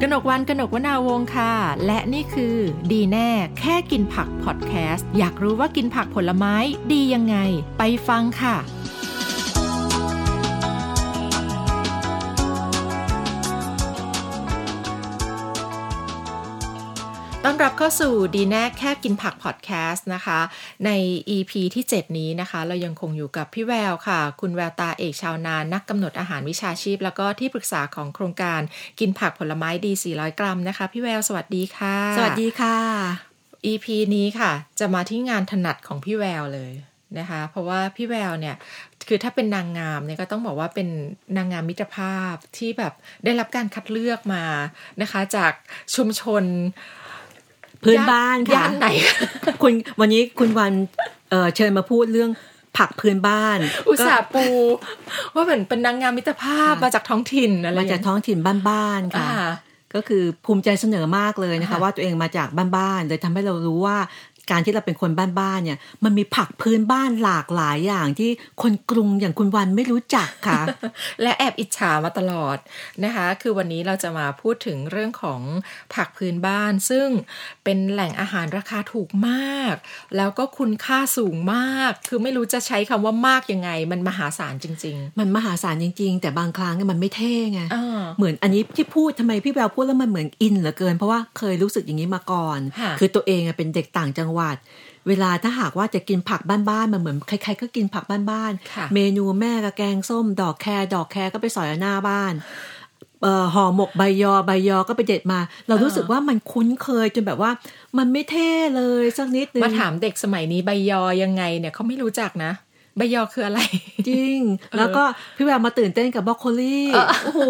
กนกวันกนกวนาวงศ์ค่ะ และนี่คือ ดีแน่แค่กินผักพอดแคสต์อยากรู้ว่ากินผักผลไม้ดียังไง ไปฟังค่ะ ต้อนรับเข้าสู่ดีแน่แค่กินผักพอดแคสต์นะคะ ใน EP ที่ 7 นี้นะคะ เรายังคงอยู่กับพี่แววค่ะ คุณแววตาเอกชาวนานนักกำหนดอาหารวิชาชีพ แล้วก็ที่ปรึกษาของโครงการกินผักผลไม้ดี 400 กรัมนะคะ พี่แววสวัสดีค่ะ สวัสดีค่ะ EP นี้ค่ะ จะมาที่งานถนัดของพี่แววเลยนะคะ เพราะว่าพี่แววเนี่ยคือถ้าเป็นนางงามเนี่ยก็ต้องบอกว่าเป็นนางงามมิตรภาพที่แบบได้รับการคัดเลือกมานะคะ จากชุมชน พื้นบ้าน ย่ ค่ะ น ไหน คุณวันนี้คุณวันเอ่อเชิญมาพูดเรื่องผักพื้นบ้าน อุตส่าห์ปู ว่าเหมือนเป็นนางงามมิตรภาพมาจากท้องถิ่น ก็ อะไรอมาย่ง จากท้องถิ่นบ้านๆค่ะ อ่า ก็คือภูมิใจเสนอมากเลยนะคะ อ่า ว่าตัวเองมาจากบ้านๆเลยทำให้เรารู้ว่าการที่เราเป็นคนบ้านๆเนี่ย มันมีผักพื้นบ้านหลากหลายอย่างที่คนกรุงอย่างคุณวันไม่รู้จัก ค่ะ และแอบอิจฉามาตลอดนะคะ คือวันนี้เราจะมาพูดถึงเรื่องของผักพื้นบ้าน ซึ่งเป็นแหล่งอาหารราคาถูกมาก แล้วก็คุณค่าสูงมาก คือไม่รู้จะใช้คำว่ามากยังไง มันมหาศาลจริง มันมหาศาลจริง ๆ แต่บางครั้งเนี่ยมันไม่เท่ไง ๆอ่า เหมือนอันนี้ที่พูดทำไมพี่แววพูดแล้วมันเหมือนอินเหลือเกิน เพราะว่าเคยรู้สึกอย่างนี้มาก่อน ค่ะ คือตัวเองอะเป็นเด็กต่างจังหวัด เวลาถ้าหากว่าจะกินผักบ้านๆมันเหมือนใครๆก็กินผักบ้าน ค่ะ ๆเมนูแม่กะแกงส้ม ดอกแครดอกแครก็ไปสอยเอาหน้าบ้านเอ่อห่อหมกใบยอใบยอก็ไปเด็ดมา เรารู้สึกว่ามันคุ้นเคยจนแบบว่า มันไม่เท่เลยสักนิดนึง มาถามเด็กสมัยนี้ใบยอยังไงเนี่ยเขาไม่รู้จักนะ ใบยอคืออะไร จริง แล้วก็พี่แววมาตื่นเต้นกับบรอกโคลีโอ้โห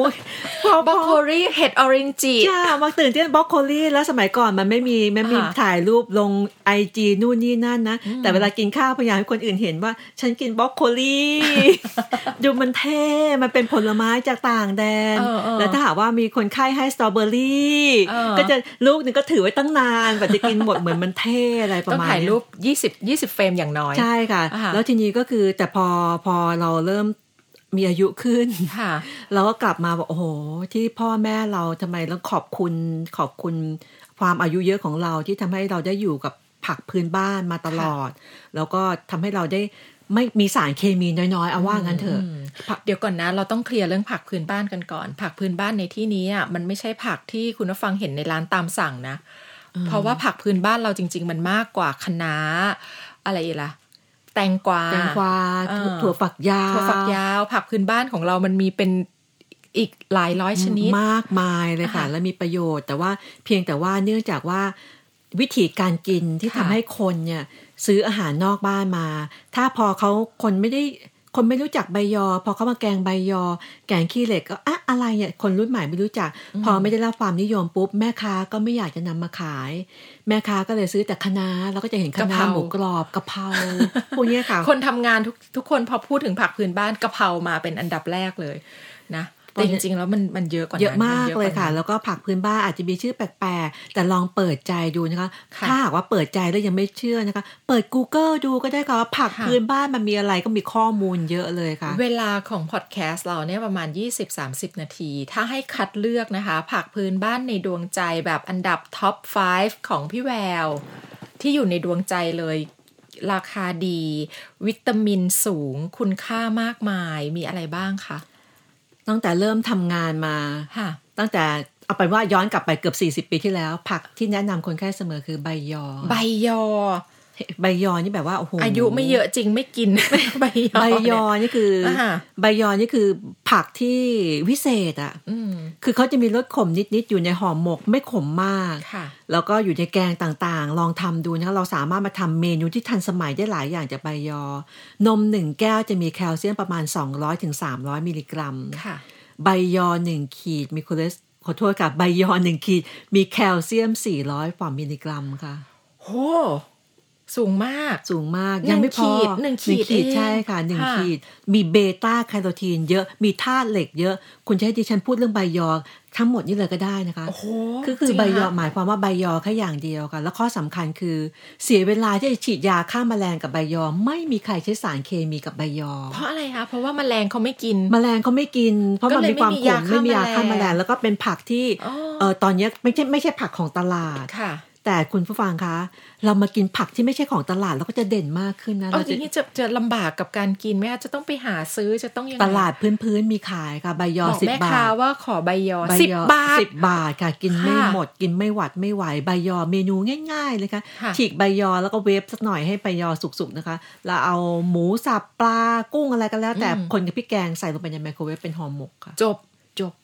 บรอกโคลีเห็ดออเรนจี จ้ามาตื่นเต้นบล็อกโคลี่แล้วสมัยก่อนมันไม่มีมันไมมี อ่า ถ่ายรูปลงไอจีนู่นนี่นั่นนะ แต่เวลากินข้าวพยายามให้คนอื่นเห็นว่า ฉันกินบล็อกโค ลี่ ดูมันเท่ มันเป็นผลไม้จากต่างแดน เออเออ แล้วถ้าหากว่ามีคนไข้ให้สตรอเบอรี่ เออ ก็จะลูกหนึ่งก็ถือไว้ตั้งนานแบบจะกินหมดเหมือนมันเท่อะไรประ ต้อง มาณ ถ่าย เนี้ย รูป 20 20 เฟรมอย่างน้อย ใช่ค่ะ อ่าฮะ แล้วทีนี้ก็คือแต่พอพอเราเริ่มมีอายุขึ้น ค่ะ เราก็กลับมาบอกโอ้โห ที่พ่อแม่เราทำไมต้องขอบคุณขอบคุณความอายุเยอะของเราที่ทำให้เราได้อยู่กับผักพื้นบ้านมาตลอด แล้วก็ทำให้เราได้ไม่มีสารเคมีน้อยๆเอาว่างั้นเถอะ อืมเดี๋ยวก่อนนะ เราต้องเคลียร์เรื่องผักพื้นบ้านกันก่อน ผักพื้นบ้านในที่นี้อ่ะมันไม่ใช่ผักที่คุณผู้ฟังเห็นในร้านตามสั่งนะ เพราะว่าผักพื้นบ้านเราจริง ๆ มันมากกว่าคะน้า อะไรอีกล่ะ แตงกวา แตงกวา เออ ถั่วฝักยาว ถั่วฝักยาว ผักพื้นบ้านของเรามันมีเป็นอีกหลายร้อยชนิด มากมายเลยค่ะ อ่าฮะ และมีประโยชน์ แต่ว่าเพียงแต่ว่าเนื่องจากว่าวิธีการกินที่ทำ ค่ะ ให้คนเนี่ยซื้ออาหารนอกบ้านมา ถ้าพอเขาคนไม่ได้คนไม่รู้จักใบยอ พอเขามาแกงใบยอ แกงขี้เหล็กก็อะอะไรเนี่ยคนรุ่นใหม่ไม่รู้จัก พอไม่ได้รับความนิยมปุ๊บแม่ค้าก็ไม่อยากจะนำมาขาย แม่ค้าก็เลยซื้อแต่คะน้าแล้วก็จะเห็นคะะเพน้ากรา หมูกรอบกะเพราพวกเนี้ย ค่ะ คนทำงานทุกทุกคนพอพูดถึงผักพื้นบ้านกะเพรามาเป็นอันดับแรกเลยนะแต่จริงๆแล้วมันมันเยอะกว่านั้น เยอะมานกเลย ว่นั้น ค่ะ แล้วก็ผักพื้นบ้านอาจจะมีชื่อแปลกๆ แต่ลองเปิดใจดูนะคะ ค่ะ ถ้าหากว่าเปิดใจแล้วยังไม่เชื่อนะคะ เปิด Google ดูก็ได้ค่ะว่าผัก ค่ะ พื้นบ้านมันมีอะไรก็มีข้อมูลเยอะเลยค่ะ เวลาของพอดแคสต์เราเนี่ยประมาณ 20-30 นาที ถ้าให้คัดเลือกนะคะ ผักพื้นบ้านในดวงใจแบบอันดับท็อป 5 ของพี่แวว ที่อยู่ในดวงใจเลย ราคาดี วิตามินสูง คุณค่ามากมายมีอะไรบ้างคะ ตั้งแต่เริ่มทำงานมา ค่ะ ตั้งแต่เอาไปนว่าย้อนกลับไปเกือบ 40 ปีที่แล้ว ผักที่แนะนำคนไข้เสมอคือใบยอ ใบยอ ใบยอนี่แบบว่าโอ้โห อายุไม่เยอะจริงไม่กิน ใบยอ ใบยอ เนี่ย นี่คืออา ใบยอนี่คือผักที่วิเศษอ่ะ อืม คือเขาจะมีรสขมนิดๆอยู่ในห่อหมกไม่ขมมาก ค่ะ แล้วก็อยู่ในแกงต่างๆ ลองทำดูนะคะเราสามารถมาทำเมนูที่ทันสมัยได้หลายอย่างจากใบยอ นมหนึ่งแก้วจะมีแคลเซียมประมาณ 200-300ถึง300มิลลิกรัม ค่ะ ใบยอหนึ่งขีดมีโคเลสขอโทษค่ะ ใบยอหนึ่งขีดมีแคลเซียม 400กว่ามิลลิกรัมค่ะ โห สูงมาก สูงมาก หนึ่ง ยังไม่พอ ขีดหนึ่งขีด ขีด เอง ใช่ค่ะหนึ่ง ค่ะ ขีด มีเบต้าแคโรทีนเยอะมีธาตุเหล็กเยอะ คุณจะให้ดิฉันพูดเรื่องใบยอทั้งหมดนี่เลยก็ได้นะคะ โอ้โห คือคื จริ อง ใบยอ ค่ะ หมายความว่าใบยอแค่อย่างเดียวค่ะ แล้วข้อสำคัญคือ เสียเวลาที่จะฉีดยาฆ่าแมลงกับใบยอ ไม่มีใครใช้สารเคมีกับใบยอ เพราะอะไรคะ เพราะว่าแมลงเขาไม่กิน แมลงเขาไม่กิน เพราะ ก็ มัน เลย มีความ ไม่มี ข ยาม ไม่มียา ฆ่า ฆ่า แมลแมง ลงแล้วก็เป็นผักที่ อ๋อ เออตอนเนี้ยไม่ใช่ไม่ใช่ผักของตลาด ค่ะ แต่คุณผู้ฟังคะ เรามากินผักที่ไม่ใช่ของตลาดเราก็จะเด่นมากขึ้นนะ เอา เรา ที จะ นี้จะจะลำบากกับการกินไหมคะจะต้องไปหาซื้อจะต้องยังไง ตลาดพื้นๆมีขายค่ะ ใบยอบ ก สิบ แม่ บา ค้า ท ว่าขอใบยอ ใบ สิบ ยอบ าท สิบบาทค่ะ กินไม่ ค่ะ หมดกินไม่หวัดไม่ไหวใบยอเมนูง่าย ๆ เลยค่ะ ค่ะ ฉีกใบยอแล้วก็เวฟสักหน่อยให้ใบยอสุกๆนะคะแล้วเอาหมูสับปลากุ้งอะไรก็แล้ว แต่คนกับพริกแกงใส่ลงไปในไมโครเวฟเป็นห่อหมกค่ะ จบ จบ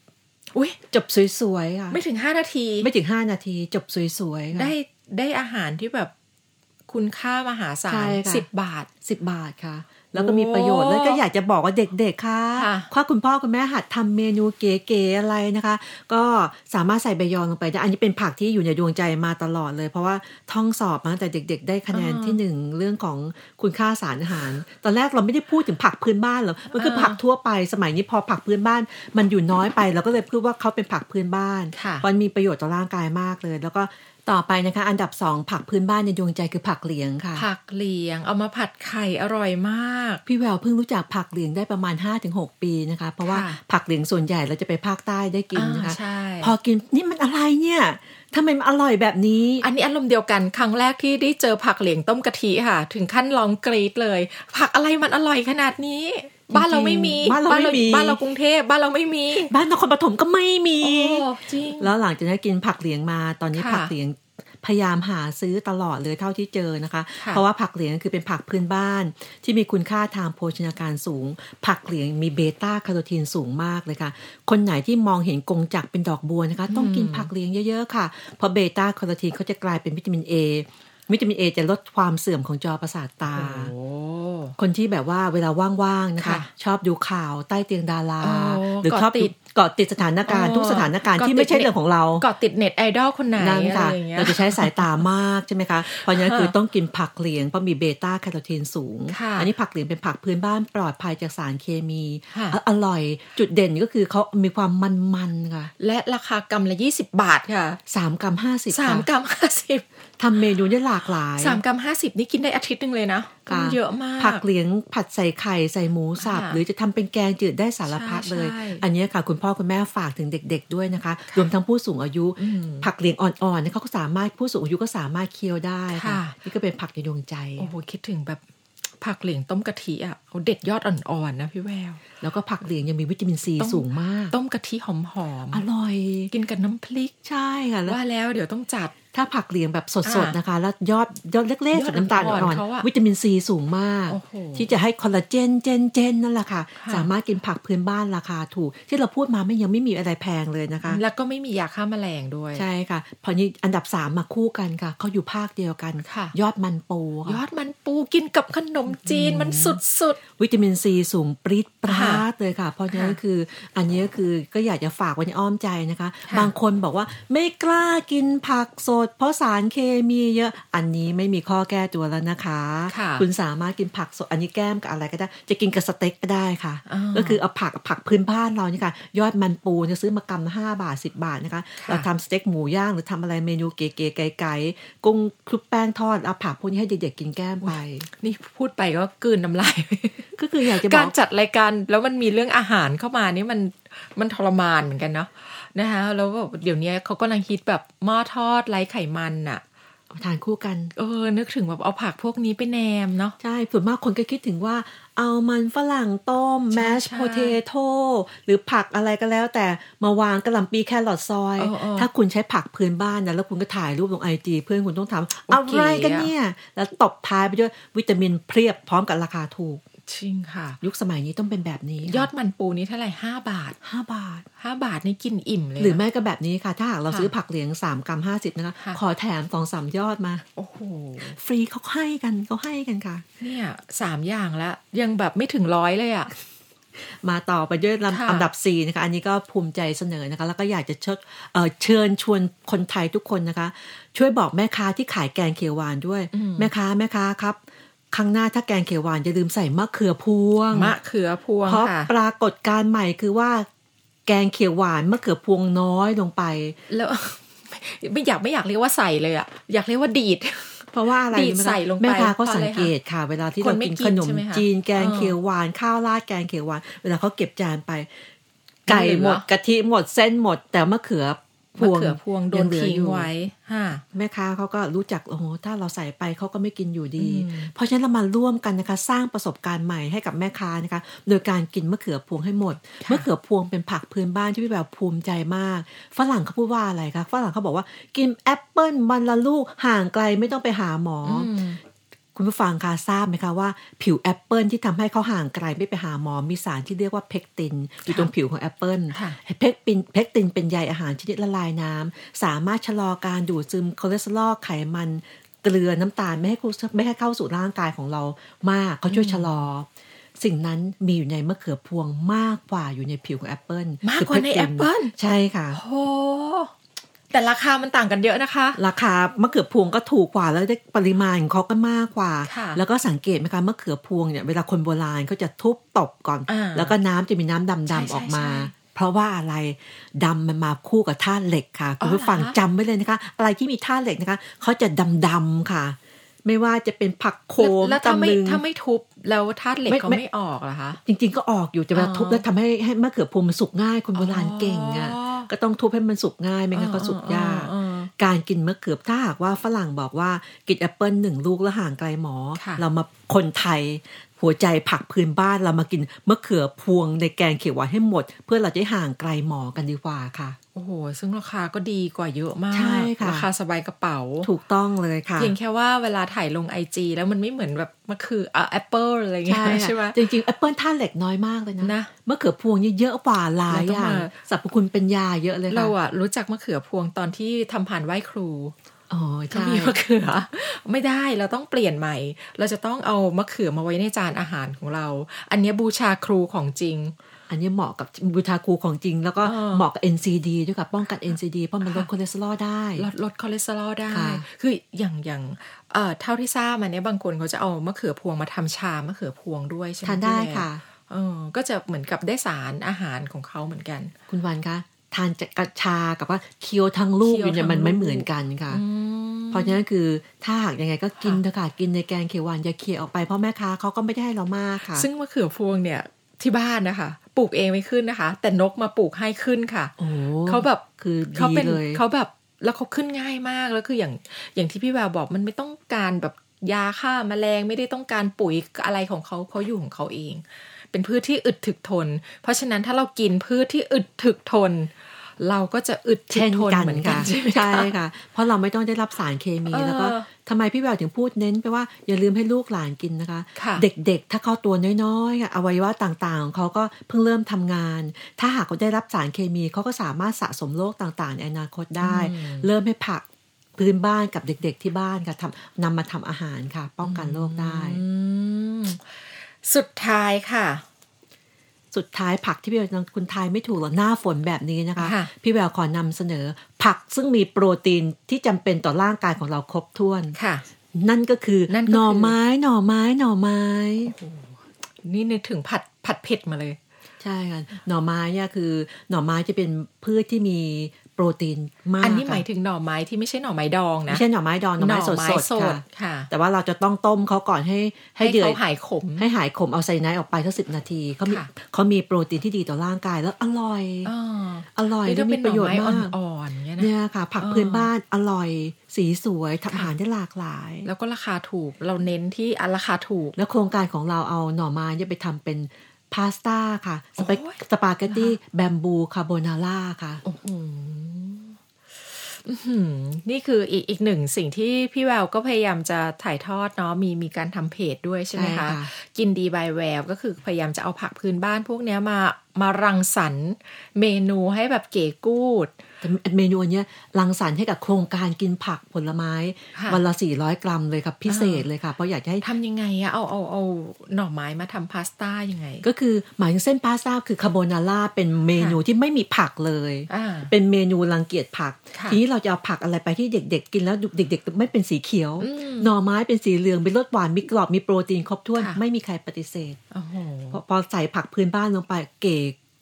อุ้ย จบสวยๆค่ะ ไม่ถึงห้านาที ไม่ถึงห้านาทีจบสวยๆค่ะ ได้ได้อาหารที่แบบคุณค่ามหาศา ใช่ ล ค่ะ สิบบาท สิบบาทค่ะ แล้วก็มีประโยชน์แล้วก็อยากจะบอกว่าเด็กๆค่ะ ค่ะ ถ้าคุณพ่อคุณแม่หัดทำเมนูเก๋ๆอะไรนะคะ ก็สามารถใส่ใบยอลงไปได้อันนี้เป็นผักที่อยู่ในดวงใจมาตลอดเลย เพราะว่าท่องสอบมาตั้งแต่เด็ก ๆ ได้คะแนน อ่า ที่หนึ่งเรื่องของคุณค่าสารอาหาร ตอนแรกเราไม่ได้พูดถึงผักพื้นบ้านหรอกมันคืออา ผักทั่วไปสมัยนี้พอผักพื้นบ้าน มันอยู่น้อยไปเราก็เลยพูดว่าเขาเป็นผักพื้นบ้าน ค่ะ มันมีประโยชน์ต่อร่างกายมากเลย แล้วก็ต่อไปนะคะ อันดับสองผักพื้นบ้านในดวงใจคือผักเหลียงค่ะ ผักเหลียงเอามาผัดไข่อร่อยมาก พี่แววเพิ่งรู้จักผักเหลียงได้ประมาณ 5-6 ปีนะคะ เพราะว่า ค่ะ ผักเหลียงส่วนใหญ่เราจะไปภาคใต้ได้กินนะคะ อ่าใช่ พอกินนี่มันอะไรเนี่ยทำไมมันอร่อยแบบนี้ อันนี้อารมณ์เดียวกันครั้งแรกที่ได้เจอผักเหลียงต้มกะทิค่ะ ถึงขั้นร้องกรีดเลย ผักอะไรมันอร่อยขนาดนี้ บ้านเราไม่มี บ้านเราไม่มี บ้านเรากรุงเทพบ้านเราไม่มี บ้านนครปฐมก็ไม่มี โอ้จริง แล้วหลังจากนั้นกินผักเหลียงมาตอนนี้ ค่ะ ผักเหลียงพยายามหาซื้อตลอดเลยเท่าที่เจอนะคะ ค่ะ เพราะว่าผักเหลียงคือเป็นผักพื้นบ้าน ที่มีคุณค่าทางโภชนาการสูง ผักเหลียงมีเบต้าแคโรทีนสูงมากเลยค่ะ คนไหนที่มองเห็นกงจักรเป็นดอกบัวนะคะ ต้องกินผักเหลียงเยอะๆค่ะ เพราะเบต้าแคโรทีนเขาจะกลายเป็นวิตามิน A วิตามิน A จะลดความเสื่อมของจอประสาทตา คนที่แบบว่าเวลาว่างๆนะคะ ค่ะ ชอบดูข่าวใต้เตียงดารา อ๋อ หรือชอบ เกาะติ ดู ด เกาะติดสถานการณ์ อ๋อ ทุกสถานการณ์ เกาะ ที่ไม่ใช่ ติด เรื่องของเรา เกาะติดเน็ตไอดอลคนไหน นั่น อะไร ค่ะ อย่างเงี้ย เราจะใช้สายตามากใช่ไหมคะ เพราะฉะนั้น ค่ะ คือต้องกินผักเหลียงเพราะมีเบต้าแคโรทีนสูง ค่ะ อันี้ผักเหลียงเป็นผักพื้นบ้านปลอดภัยจากสารเคมี ค่ะ อ่ะอร่อยจุดเด่นก็คือเขามีความมันๆค่ะ และราคากำละยี่สิบบาทค่ะ สามกรัมห้าสิบ สามกรัมห้าสิบ ทำเมนูได้หลากหลาย สามกรัมห้าสิบนี่กินได้อาทิตย์หนึ่งเลยนะ ค่ะ มันเยอะมาก ผักเหลียงผัดใส่ไข่ใส่หมูสับ ค่ะ หรือจะทำเป็นแกงจืดได้สารพัด ใช่ เลย ใช่ อันเนี้ยค่ะ คุณพ่อคุณแม่ฝากถึงเด็ก ๆ ด้วยนะคะรวมทั้งผู้สูงอายุ อืม ผักเหลียงอ่อนๆเนี่ยเขาก็สามารถผู้สูงอายุก็สามารถเคี้ยวได้ค่ะ ค่ะ นี่ก็เป็นผักในดวงใจ โอ้โหคิดถึงแบบผักเหลียงต้มกะทิอ่ะเอาเด็ดยอดอ่อนๆนะพี่แวว แล้วก็ผักเหลียงยังมีวิตามินซี ต้อง สูงมาก ต้มกะทิหอม อร่อย ๆกินกับน้ำพริก ใช่ค่ะแล้ว ว่าแล้วเดี๋ยวต้องจัด ถ้าผักเหลียงแบบสด อ่า ๆนะคะ แล้วยอดยอดเล็กยอดๆสีน้ำตาล อ่อนๆ อ่อน เขาอะ วิตามินซีสูงมาก โอ้โห ที่จะให้คอลลาเจนเจนเจนนั่นแหละค่ะ ค่ะ สามารถกินผักพื้นบ้านราคาถูก ที่เราพูดมาไม่ยังไม่มีอะไรแพงเลยนะคะ แล้วก็ไม่มียาฆ่าแมลงด้วย ใช่ค่ะ พอนี้อันดับสามมาคู่กันค่ะเขาอยู่ภาคเดียวกัน ค่ะ ยอดมันปู ยอ ค่ะ ดมันปูกินกับขนมจีนมันสุด วิตามินซีสูงปรี๊ดปรา ค่ะ ดเลยค่ะ เพราะฉะนั้น ค่ะ คืออันนี้ก็คือก็อยากจะฝากไว้ในอ้อมใจนะคะ ค่ะ บางคนบอกว่าไม่กล้ากินผักสด เพราะสารเคมีเยอะ อันนี้ไม่มีข้อแก้ตัวแล้วนะคะ ค่ะ คุณสามารถกินผักสดอันนี้แก้มกับอะไรก็ได้ จะกินกับสเต็กก็ได้ค่ะ อ่า ก็คือเอาผักผักพื้นบ้านเรานี่ค่ะ ยอดมันปูเนี่ยซื้อมากำละห้าบาทสิบาทนะคะ ค่ะ เราทำสเต็กหมูย่างหรือทำอะไรเมนูเก๋ๆไก่ๆกุ้งคลุกแป้งทอดเอาผักพวกนี้ให้เด็กๆกินแก้มไป ๆ นี่พูดไปก็กลืนน้ำลาย ก็คืออยากจะบ กา อ ร ก จัดรายการแล้วมันมีเรื่องอาหารเข้ามานี่มันมันทรมานเหมือนกันเนาะนะคะแล้วแบบเดี๋ยวนี้เขากำลังฮิตแบบหม้อทอดไร้ไขมันอะ ทานคู่กัน เออ นึกถึงแบบเอาผักพวกนี้ไปแหนมเนาะ ใช่ส่วนมากคนก็คิดถึงว่า เอามันฝรั่งต้ม ใช่ แมช ใช่ โพเทโต้หรือผักอะไรก็แล้ว แต่มาวางกระหล่ำปีแครอทซอย เออเออ ถ้าคุณใช้ผักพื้นบ้านนะแล้วคุณก็ถ่ายรูปลงไอจีเพื่อนคุณต้องถามอะไรกันเนี่ย แล้วตบท้ายไปด้วยวิตามินเพียบพร้อมกับราคาถูก จริงค่ะ ยุคสมัยนี้ต้องเป็นแบบนี้ค่ะ ยอดมันปูนี้เท่าไหร่ห้าบาท ห้าบาท ห้าบาทนี่กินอิ่มเลย หรือ นะ ไม่ก็แบบนี้ค่ะ ถ้าหากเรา ค่ะ ซื้อผักเหลียง 3 กรัม 50 นะคะ ค่ะ ขอแถมสองสามยอดมา โอ้โห ฟรีเขาให้กันเขาให้กันค่ะ เนี่ยสามอย่างแล้วยังแบบไม่ถึงร้อยเลยอะ มาต่อไปด้วย ค่ะ ลำอันดับสี่นะคะ อันนี้ก็ภูมิใจเสนอนะคะ แล้วก็อยากจะเชิญเอ่อเชิญชวนคนไทยทุกคนนะคะ ช่วยบอกแม่ค้าที่ขายแกงเขียวหวานด้วย แม่ค้าแม่ค้าครับ ครั้งหน้าถ้าแกงเขียวหวานอย่าลืมใส่มะเขือพวง มะเขือพวง เพราะ ค่ะ ปรากฏการณ์ใหม่คือว่า แกงเขียวหวานมะเขือพวงน้อยลงไป แล้ว ไม่อยากไม่อยากเรียกว่าใส่เลยอะอยากเรียกว่าดีด เพราะว่าอะไร ดีด รู้ไหมคะ ใส่ลงไป แม่ค้าก็ เพราะอะไร สังเกตค่ะ เวลาที่ ค เรา นไม่ กิน กิน ขนม ใช่ไหมคะ จีนแกง เออ เขียวหวานข้าวราดแกงเขียวหวานเวลาเขาเก็บจานไป ไก่ เหลือ หมดกะทิหมดเส้นหมด แต่มะเขือพ มะ วง เขือพวงโด ยั น เหลือ ทิ้ง อยู่ ไว้ฮะ แม่ค้าเขาก็รู้จักโอ้โหถ้าเราใส่ไปเขาก็ไม่กินอยู่ดี เพราะฉะนั้นเรามาร่วมกันนะคะ สร้างประสบการณ์ใหม่ให้กับแม่ค้านะคะ โดยการกินมะเขือพวงให้หมด ค่ะ มะเขือพวงเป็นผักพื้นบ้านที่พี่แบบภูมิใจมาก ฝรั่งเขาพูดว่าอะไรคะฝรั่งเขาบอกว่ากินแอปเปิลวันละลูกห่างไกลไม่ต้องไปหาหมออ อืม คุณผู้ฟังคะทราบไหมคะว่าผิวแอปเปิลที่ทำให้เขาห่างไกลไม่ไปหาหมอมีสารที่เรียกว่าเพกติน อยู่ตรงผิวของแอปเปิล ค่ะ เพกตินเพกตินเป็นใยอาหารชนิดละลายน้ำสามารถชะลอการดูดซึมคอเลสเตอรอลไขมัน เกลือน้ำตาลไม่ให้เข้าไม่ให้เข้าสู่ร่างกายของเรามากเขาช่วยชะลอ สิ่งนั้นมีอยู่ในมะเขือพวงมากกว่าอยู่ในผิวของแอปเปิล มากกว่าในแอปเปิ้ล ใช่ค่ะ โหแต่ราคามันต่างกันเยอะนะคะ ราคามะเขือพวงก็ถูกกว่าแล้วได้ปริมาณของเขาก็มากกว่า ค่ะ แล้วก็สังเกตไหมคะมะเขือพวงเนี่ยเวลาคนโบราณเขาจะทุบตบก่อน อ่า แล้วก็น้ำจะมีน้ำดำ ใช่ใช่ ๆออกมา ใช่ เพราะว่าอะไรดำมันมาคู่กับธาตุเหล็กค่ะคุณผู้ฟัง เหรอคะ จำไว้เลยนะคะ อะไรที่มีธาตุเหล็กนะคะเขาจะดำๆค่ะ ไม่ว่าจะเป็นผักโขม แล้วถ้าไม่ ตำลึง ถ้าไม่ทุบแล้วธาตุเหล็ก ไม่ เขา ไม่ ไม่ออกเหรอคะ จริงๆก็ออกอยู่แต่เวลา อ๋อ ทุบแล้วทำให้ให้มะเขือพวงมันสุกง่ายคนโบราณ อ๋อ เก่งอ่ะก็ต้องทุบให้มันสุกง่ายไม่งั้นก็สุกยาก เออ การกินมะเขือถ้าหากว่าฝรั่งบอกว่ากินแอปเปิลหนึ่งลูกแล้วห่างไกลหมอ ค่ะ เรามาคนไทย หัวใจผักพื้นบ้านเรามากินมะเขือพวงในแกงเขียวหวานให้หมด เพื่อเราจะได้ห่างไกลหมอกันดีกว่าค่ะ โอ้โห ซึ่งราคาก็ดีกว่าเยอะมาก ใช่ค่ะ ราคาสบายกระเป๋า ถูกต้องเลยค่ะ เพียงแค่ว่าเวลาถ่ายลงไอจีแล้วมันไม่เหมือนแบบมันคืออ่ะแอปเปิลอะไรอย่างเงี้ย ค่ะ ใช่ไหม จริงๆแอปเปิลท่าตุเหล็กน้อยมากเลยนะ นะ มะเขือพวงนี่เยอะกว่าหลาย เราต้ อ อง ย่าง มา สรรพคุณเป็นยาเยอะเลย เรา ค่ะ อะรู้จักมะเขือพวงตอนที่ทำผ่านไหว้ครู อ๋อ ก็ ใช่ มีมะเขือ ไม่ได้เราต้องเปลี่ยนใหม่ เราจะต้องเอามะเขือมาไว้ในจานอาหารของเรา อันเนี้ยบูชาครูของจริง อันนี้เหมาะกับบูทาคูของจริง แล้วก็ เออ เหมาะกับ NCD ด้วยค่ะป้องกัน NCD เพราะมันลดคอเลสเตอรอลได้ ลดลดคอเลสเตอรอลได้ ค่ะ คืออย่างอย่างเอ่อเท่าที่ทราบมาเนี่ยบางคนเขาจะเอามะเขือพวงมาทำชามะเขือพวงด้วยใช่ไหม ทานได้ พี่แม่ ค่ะ เออก็จะเหมือนกับได้สารอาหารของเขาเหมือนกัน คุณวันคะทานจะกระชากับว่าเคี้ยวทั้งลูก เคี้ยว อยู่เนี่ยมัน ทั้งลูก ไม่เหมือนกันค่ะ อืม เพราะฉะนั้นคือถ้าหากยังไงก็กินเถอะค่ะกินในแกงเขียวหวานอย่าเคี่ยวออกไปเพราะแม่ค้าเขาก็ไม่ได้ให้เรามากค่ะ ซึ่งมะเขือพวงเนี่ยที่บ้านนะคะ ปลูกเองไม่ขึ้นนะคะ แต่นกมาปลูกให้ขึ้นค่ะ โอ้ เขาแบบ คือ เขา ดี เป็น เลย เขาแบบแล้วเขาขึ้นง่ายมากแล้วคืออย่างอย่างที่พี่แววบอกมันไม่ต้องการแบบยาฆ่าแมลงไม่ได้ต้องการปุ๋ยอะไรของเขาเขาอยู่ของเขาเอง เป็นพืชที่อึดถึกทน เพราะฉะนั้นถ้าเรากินพืชที่อึดถึกทน เราก็จะอึดถึก เช่น ทน กัน เหมือนกั ค่ะ นใช่ไหมคะ ใช่ค่ะ เพราะเราไม่ต้องได้รับสารเคมี เออ แล้วก็ทำไมพี่แววถึงพูดเน้นไปว่าอย่าลืมให้ลูกหลานกินนะคะ ค่ะ เด็กๆ ถ้าเขาตัวน้อยๆค่ะอวัยวะต่างๆของเขาก็เพิ่งเริ่มทำงาน ถ้าหากเขาได้รับสารเคมีเขาก็สามารถสะสมโรคต่างๆ ในอนาคตได้ อืม เริ่มให้ผักพื้นบ้านกับเด็กๆที่บ้านค่ะทำนำมาทำอาหารค่ะ ป้องกันโรคได้ อืมสุดท้ายค่ะ สุดท้ายผักที่พี่แววนำคุณทายไม่ถูกหรอกหน้าฝนแบบนี้นะคะ ค่ะ พี่แววขอนำเสนอ ผักซึ่งมีโปรตีนที่จำเป็นต่อร่างกายของเราครบถ้วน ค่ะ นั่นก็คือ นั่นก็คือ หน่อไม้หน่อไม้หน่อไม้ นี่นึกถึงผัดผัดเผ็ดมาเลย ใช่ค่ะหน่อไม้เนี่ยคือ หน่อไม้จะเป็นพืชที่มีโปรตีนมาก อันนี้หมาย ค่ะ ถึงหน่อไม้ที่ไม่ใช่หน่อไม้ดองนะ ไม่ใช่หน่อไม้ดองหน่อไม้สดๆค่ะ ค่ะ แต่ว่าเราจะต้องต้มเขาก่อนให้ให้เดือด ขาหายขม ให้หายขมเอาไซยาไนด์ออกไปสักสิบนาทีเขามี ค่ะ เขามีโปรตีนที่ดีต่อร่างกายแล้วอร่อย อ่า อร่อย หรือ และ ถ้าเป็ มี นห ป น่ ระโย อ ชน์ ไม้ มาก อ่อนๆเงี้ยนะ เนี่ยค่ะ ผัก เออ พื้นบ้านอร่อย สีสวยทำอาหารได้หลากหลาย แล้วก็ราคาถูกเราเน้นที่อันราคาถูก แล้วโครงการของเราเอาหน่อไม้เนี่ยไปทำเป็นพาสต้าค่ะ สปา โอ้ย สปาเกตตี้แบมบูคาโบนาร่าค่ะ โอ้โหอื้อหือนี่คืออีกอีกหนึ่งสิ่งที่พี่แววก็พยายามจะถ่ายทอดเนาะมีมีการทำเพจด้วยใช่ไหม ใช่ คะ ค่ะ กินดีบายแววก็คือพยายามจะเอาผักพื้นบ้านพวกเนี้ยมา มารังสรรค์เมนูให้แบบเก๋กูด แต่เมนูอันเนี้ยรังสรรค์ให้กับโครงการกินผักผลไม้ ค่ะ วันละ 400 กรัมเลยครับพิเศษเลยค่ะ เพราะอยากจะให้ ทำยังไงอะเอาเอาเอาหน่อไม้มาทำพาสต้ายังไง ก็คือหมายถึงเส้นพาสต้าคือคาโบนาร่าเป็นเมนูที่ไม่มีผักเลย อ่า เป็นเมนูรังเกียจผัก ค่ะ ทีนี้เราจะเอาผักอะไรไปที่เด็ก ๆ กินแล้วเด็ก ๆ ไม่เป็นสีเขียว อืม หน่อไม้เป็นสีเหลืองเป็นรสหวานมีกรอบมีโปรตีนครบถ้วน ค่ะ ไม่มีใครปฏิเสธ โอ้โห พอพอใส่ผักพื้นบ้านลงไปเก๋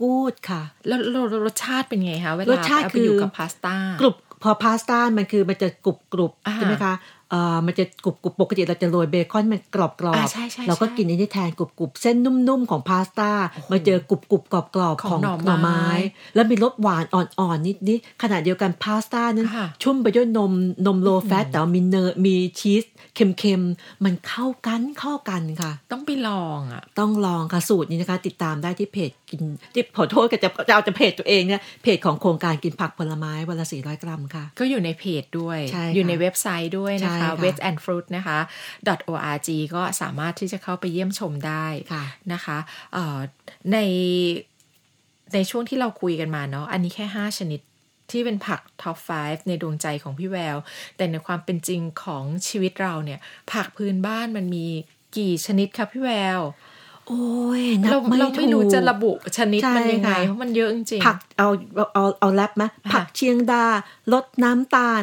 กูดค่ะ แล้วแล้วแล้วรสชาติเป็นไงคะเวลาร สชาติ เอาไป คือ อ อ ยู่กับพาสต้า กรุบพอพาสต้ามันคือมันจะกรุบกรุบ อ่า ใช่ไหมคะเอ่อมันจะกรุบกรุบปกติเราจะโรยเบคอนมันกรอบกรอ อ่า บ ใช่ใช่ เราก็ ใช่ กินอันนี้แทนกรุบกรุบเส้นนุ่มๆของพาสต้า โอ้โห มาเจอกรุบกรุบกรอบกรอบ ของ ของ หน่อ หน่อไม้ ไม้ แล้วมีรสหวานอ่อนๆนิดๆขณะเดียวกันพาสต้านั้น ค่ะ ชุ่มไปด้วยนมนมโลแฟตแต่ว่ามีเนยมีชีสเค็มๆมันเข้ากันเข้ากันค่ะ ต้องไปลองอะ ต้องลองค่ะสูตรนี้นะคะ ติดตามได้ที่เพจกินที่ขอโทษกับจะจะเอาจะเพจตัวเองเนี่ยเพจของโครงการกินผักผลไม้วันละ400 กรัมค่ะ ก็อยู่ในเพจด้วย ใช่ค่ะ อยู่ในเว็บไซต์ด้วยนะ ใช่ คะ ค่ะ veg and fruit นะคะ .org ก็สามารถที่จะเข้าไปเยี่ยมชมได้ ค่ะ นะคะเอ่อในในช่วงที่เราคุยกันมาเนาะอันนี้แค่ 5 ชนิดที่เป็นผักท็อป 5 ในดวงใจของพี่แวว แต่ในความเป็นจริงของชีวิตเราเนี่ย ผักพื้นบ้านมันมีกี่ชนิดคะพี่แวว โอ้ยนับ เรา ไม่ เรา ถู ไม่รู้ ก จะระบุชนิดมันยังไง ใช่ค่ะ เพราะมันเยอะจริงๆ ผักเอาเอาเอาเอาแรปไหม ะ ผักเชียงดาลดน้ำตา ล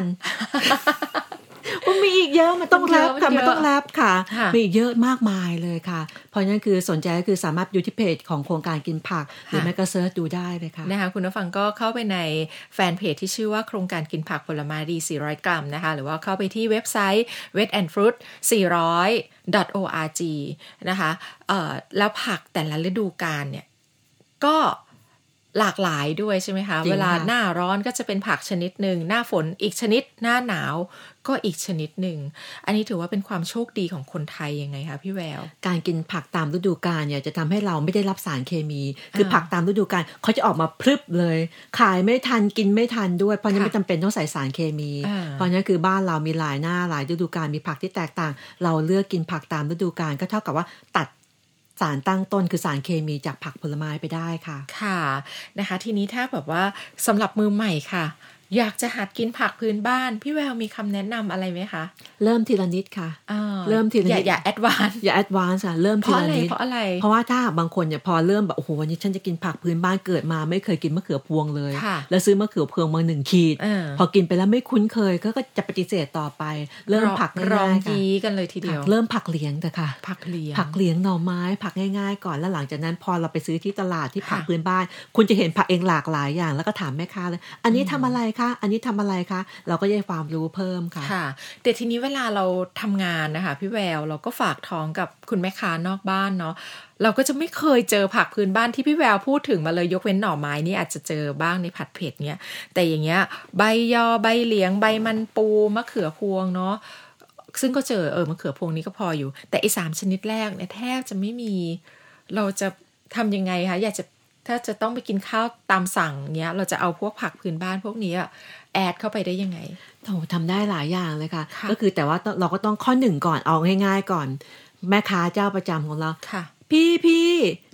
มันมีอีกเยอะมันต้อง มัน แร เย ป อะ ค่ะ มั มัน น เยอะ ต้องแรปค่ะ ค่ะ มีอีกเยอะมากมายเลยค่ะ เพราะฉะนั้นคือสนใจก็คือสามารถดูที่เพจของโครงการกินผัก หรือแม่ก็เซิร์ชดูได้เลยค่ะ นะคะคุณผู้ฟังก็เข้าไปในแฟนเพจที่ชื่อว่าโครงการกินผักผลไม้ดี 400 กรัมนะคะ หรือว่าเข้าไปที่เว็บไซต์ wet and fruit 400 org นะคะเอ่อแล้วผักแต่ละฤดูกาลเนี่ย ก็หลากหลายด้วยใช่ไหมคะ จริงค่ะ เวลาหน้าร้อนก็จะเป็นผักชนิดหนึ่ง หน้าฝนอีกชนิดหน้าหนาวก็อีกชนิดหนึ่ง อันนี้ถือว่าเป็นความโชคดีของคนไทยยังไงคะพี่แวว การกินผักตามฤดูกาลเนี่ยจะทำให้เราไม่ได้รับสารเคมี คืออา ผักตามฤดูกาลเขาจะออกมาพรึบเลย ขายไม่ทันกินไม่ทันด้วยเพราะฉะนั้น ค่ะ ไม่จำเป็นต้องใส่สารเคมี อ่า เพราะฉะนั้นคือบ้านเรามีหลายหน้าหลายฤดูกาลมีผักที่แตกต่าง เราเลือกกินผักตามฤดูกาลก็เท่ากับว่าตัดสารตั้งต้นคือสารเคมีจากผักผลไม้ไปได้ค่ะ ค่ะนะคะ ทีนี้ถ้าแบบว่าสำหรับมือใหม่ค่ะ อยากจะหัดกินผักพื้นบ้าน พี่แววมีคำแนะนำอะไรไหมคะ เริ่มทีละนิดค่ะ อ่า เริ่มทีละ อย่า นิด อย่าแอดวาน อย่าแอดวานซ์ค่ะเริ่ม เพ ที ราะอะละไร นิด เพราะอะไร เพราะว่าถ้าบางคนเนี่ยพอเริ่มแบบโอ้โหวันนี้ฉันจะกินผักพื้นบ้านเกิดมาไม่เคยกินมะเขือพวงเลย ค่ะ แล้วซื้อมะเขือพวงมาหนึ่งขีด เออ พอกินไปแล้วไม่คุ้นเคยก็ก็จะปฏิเสธต่อไป เริ่มผัก รอง ง่ายๆค่ะ ยีกันเลยทีเดี ผั ยว กเริ่มผักเหลียงแต่ค่ะ ผักเหลียง ผักเหลียงหน่อไม้ผักง่ายๆ ก่อนแล้วหลังจากนั้นพอเราไปซื้อที่ตลาดที่ผัก ค่ะ พื้นบ้าน คุณจะเห็นผักเองหลากหลายอย่าง แล้วก็ถามแม่ค้าเลย อันนี้ทำอะไรคะอันนี้ทำอะไรคะเราก็ได้ความรู้เพิ่มค่ะ ค่ะ แต่ทีนี้เวลาเราทำงานนะคะพี่แววเราก็ฝากท้องกับคุณแม่ค้านอกบ้านเนาะเราก็จะไม่เคยเจอผักพื้นบ้านที่พี่แววพูดถึงมาเลยยกเว้นหน่อไม้นี่อาจจะเจอบ้างในผัดเผ็ดเนี่ยแต่อย่างเงี้ยใบยอใบเหลียงใบมันปูมะเขือพวงเนาะซึ่งก็เจอเออมะเขือพวงนี้ก็พออยู่ แต่ไอ้สามชนิดแรกเนี่ยแทบจะไม่มี เราจะทำยังไงคะอยากจะถ้าจะต้องไปกินข้าวตามสั่งเงี้ยเราจะเอาพวกผักพื้นบ้านพวกนี้อะแอดเข้าไปได้ยังไง โอ้ทำได้หลายอย่างเลยค่ะ ค่ะ ก็คือแต่ว่าต้องเราก็ต้องข้อหนึ่งก่อนเอาง่ายๆก่อน แม่ค้าเจ้าประจำของเรา ค่ะ พี่พี่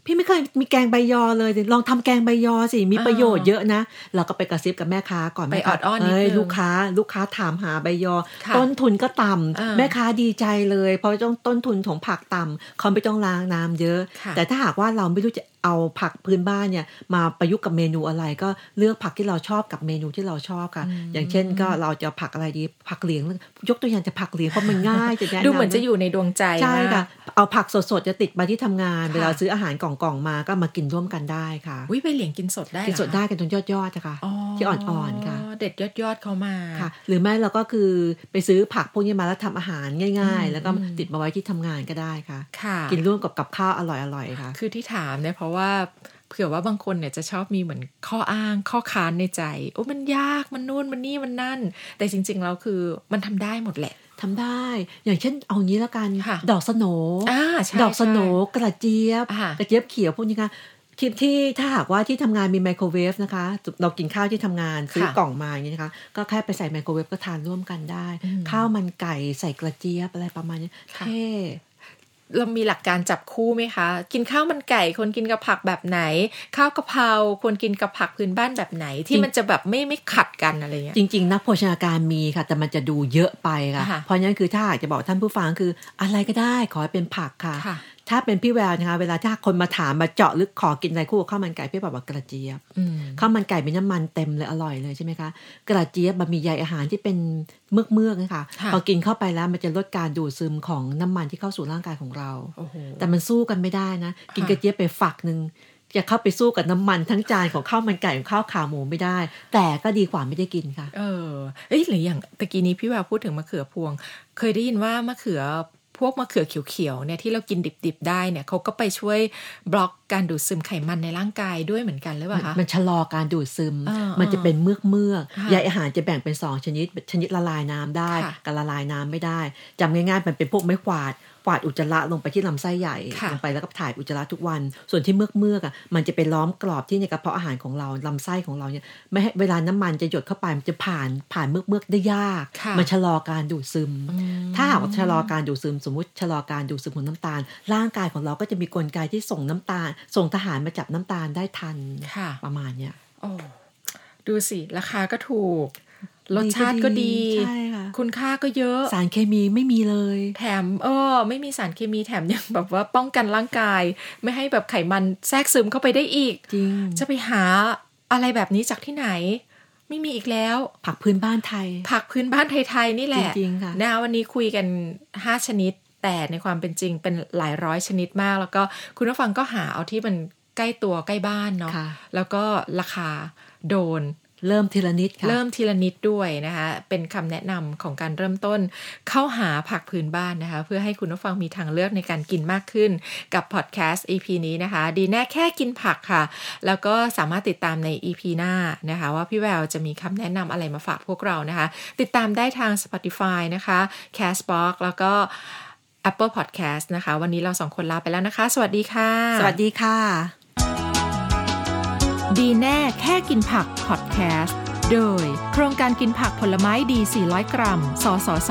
พี่ไม่เคยมีแกงใบยอเลยเดี๋ยวลองทำแกงใบยอสิมี อ่า ประโยชน์เยอะนะ เราก็ไปกระซิบกับแม่ค้าก่อน ไป แม่ค้า ออดอ้อนนิด เย นึง ลูกค้า ลูกค้าถามหาใบยอ ค่ะ ต้นทุนก็ต่ำ อ่า แม่ค้าดีใจเลย เพราะต้องต้นทุนของผักต่ำเขาไม่ต้องล้างน้ำเยอะ ค่ะ แต่ถ้าหากว่าเราไม่รู้จะเอาผักพื้นบ้านเนี่ยมาประยุกต์กับเมนูอะไร ก็เลือกผักที่เราชอบกับเมนูที่เราชอบค่ะ อย่างเช่นก็เราจะผักอะไรดีผักเหลียงยกตัวอย่างจะผักเหลียงเพราะมันง่ายจะแนะนำ ดูเหมือนจะอยู่ในดวงใจ ใช่ มาก ค่ะ เอาผักสดๆ จะติดมาที่ทำงาน ค่ะ เวลาซื้ออาหารกล่องๆ มาก็มากินร่วมกันได้ค่ะ อุ้ยใบเหลียงกินสดได้เหรอ กินสดได้กันจนยอดๆนะคะ อ๋อ ที่อ่อนๆค่ะ เด็ดยอดยอดๆเขามา ค่ะ หรือไม่เราก็คือไปซื้อผักพวกนี้มาแล้วทำอาหารง่าย อืม ๆ แล้วก็ อืม ติดมาไว้ที่ทำงานก็ได้ค่ะ ค่ะ กินร่วมกับกับข้าวอร่อยๆค่ะ คือที่ถามเนี่ยเพราะว่าเผื่อว่าบางคนเนี่ยจะชอบมีเหมือนข้ออ้างข้อค้านในใจ โอ้มันยากมันนู่นมันนี่มันนั่น แต่จริงๆแล้วคือมันทำได้หมดแหละ ทำได้ อย่างเช่นเอางี้ละกัน ค่ะ ดอกสโหน อ่าใช่ ดอกสโหน ใช่ กระเจี๊ยบ อ่าก ระเจี๊ยบเขียวพวกนี้ค่ะที่ที่ถ้าหากว่าที่ทำงานมีไมโครเวฟนะคะ เรากินข้าวที่ทำงานซื้อ ค่ะ กล่องมาอย่างนี้นะคะ ก็แค่ไปใส่ไมโครเวฟก็ทานร่วมกันได้ อืม ข้าวมันไก่ใส่กระเจี๊ยบอะไรประมาณนี้ ค่ะ เท่ เรามีหลักการจับคู่ไหมคะ กินข้าวมันไก่ควรกินกับผักแบบไหน ข้าวกะเพราควรกินกับผักพื้นบ้านแบบไหน ที่มันจะแบบไม่ไม่ขัดกันอะไรเงี้ย จริง ๆ นักโภชนาการมีค่ะ แต่มันจะดูเยอะไปค่ะ ค่ะ เพราะฉะนั้นคือถ้าอยากจะบอกท่านผู้ฟังคืออะไรก็ได้ขอให้เป็นผักค่ะ ค่ะ ถ้าเป็นพี่แววนะคะ เวลาถ้าคนมาถามมาเจาะลึกขอกินอะไรคู่กับข้าวมันไก่พี่บอกว่ากระเจี๊ยบ อืม ข้าวมันไก่มีน้ำมันเต็มเลยอร่อยเลยใช่ไหมคะกระเจี๊ยบมันมีใยอาหารที่เป็นเมือกเมือกๆนะคะ ค่ะ พอกินเข้าไปแล้วมันจะลดการดูดซึมของน้ำมันที่เข้าสู่ร่างกายของเรา โอ้โห แต่มันสู้กันไม่ได้นะ กิน ค่ะ กระเจี๊ยบไปฝักหนึ่งจะเข้าไปสู้กับน้ำมันทั้งจานของข้าวมันไก่ของข้าวขาหมูไม่ได้ แต่ก็ดีกว่าไม่ได้กินค่ะ เออเอ้ยหรืออย่างตะกี้นี้พี่ว่าพูดถึงมะเขือพวง เคยได้ยินว่ามะเขือพวกมะเขือเขียวๆเนี่ยที่เรากินดิบๆได้เนี่ยเขาก็ไปช่วยบล็อกการดูดซึมไขมันในร่างกายด้วยเหมือนกันหรือเปล่าคะ มันชะลอการดูดซึม อ่ามั มันจะเป็นเมือกเมือก ค่ะ ใยอาหารจะแบ่งเป็นสองชนิด ชนิดละลายน้ำได้ ค่ะ กับละลายน้ำไม่ได้จำง่ายๆ มันเป็นพวกไม้กวาดกวาดอุจจาระลงไปที่ลำไส้ใหญ่ ค่ะ ลงไปแล้วก็ถ่ายอุจจาระทุกวัน ส่วนที่เมือกเมือกๆอ่ะมันจะไปล้อมกรอบที่ในกระเพาะอาหารของเราลำไส้ของเราเนี่ยไม่ให้เวลาน้ำมันจะหยดเข้าไปมันจะผ่านผ่านเมือกเมือกๆได้ยาก ค่ะ มันชะลอการดูดซึม อืม ถ้าหากว่าชะลอการดูดซึมสมมติชะลอการดูดซึมของน้ำตาล ร่างกายของเราก็จะมีกลไกที่ส่งน้ำตาล ส่งทหารมาจับน้ำตาลได้ทัน ค่ะ ประมาณเนี้ย โอ้ดูสิ ราคาก็ถูก รสชาติก็ดี ใช่ค่ะ คุณค่าก็เยอะ สารเคมีไม่มีเลย แถมเออไม่มีสารเคมีแถมยังแบบว่าป้องกันร่างกาย ไม่ให้แบบไขมันแทรกซึมเข้าไปได้อีก จริง จะไปหาอะไรแบบนี้จากที่ไหน ไม่มีอีกแล้ว ผักพื้นบ้านไทย ผักพื้นบ้านไทย ๆ นี่แหละ จริงๆค่ะ นะวันนี้คุยกัน 5 ชนิด แต่ในความเป็นจริงเป็นหลายร้อยชนิดมาก แล้วก็คุณผู้ฟังก็หาเอาที่มันใกล้ตัวใกล้บ้านเนาะ ค่ะ แล้วก็ราคาโดน เริ่มทีละนิดค่ะ เริ่มทีละนิดด้วยนะคะ เป็นคำแนะนำของการเริ่มต้นเข้าหาผักพื้นบ้านนะคะ เพื่อให้คุณผู้ฟังมีทางเลือกในการกินมากขึ้นกับพอดแคสต์ EP นี้นะคะ ดีแน่แค่กินผักค่ะ แล้วก็สามารถติดตามใน EP หน้านะคะ ว่าพี่แววจะมีคำแนะนำอะไรมาฝากพวกเรานะคะ ติดตามได้ทาง Spotify นะคะ Castbox แล้วก็ Apple Podcast นะคะ วันนี้เราสองคนลาไปแล้วนะคะ สวัสดีค่ะ สวัสดีค่ะ ดีแน่แค่กินผักพอดแคสต์ โดยโครงการกินผักผลไม้ดี 400 กรัม สสส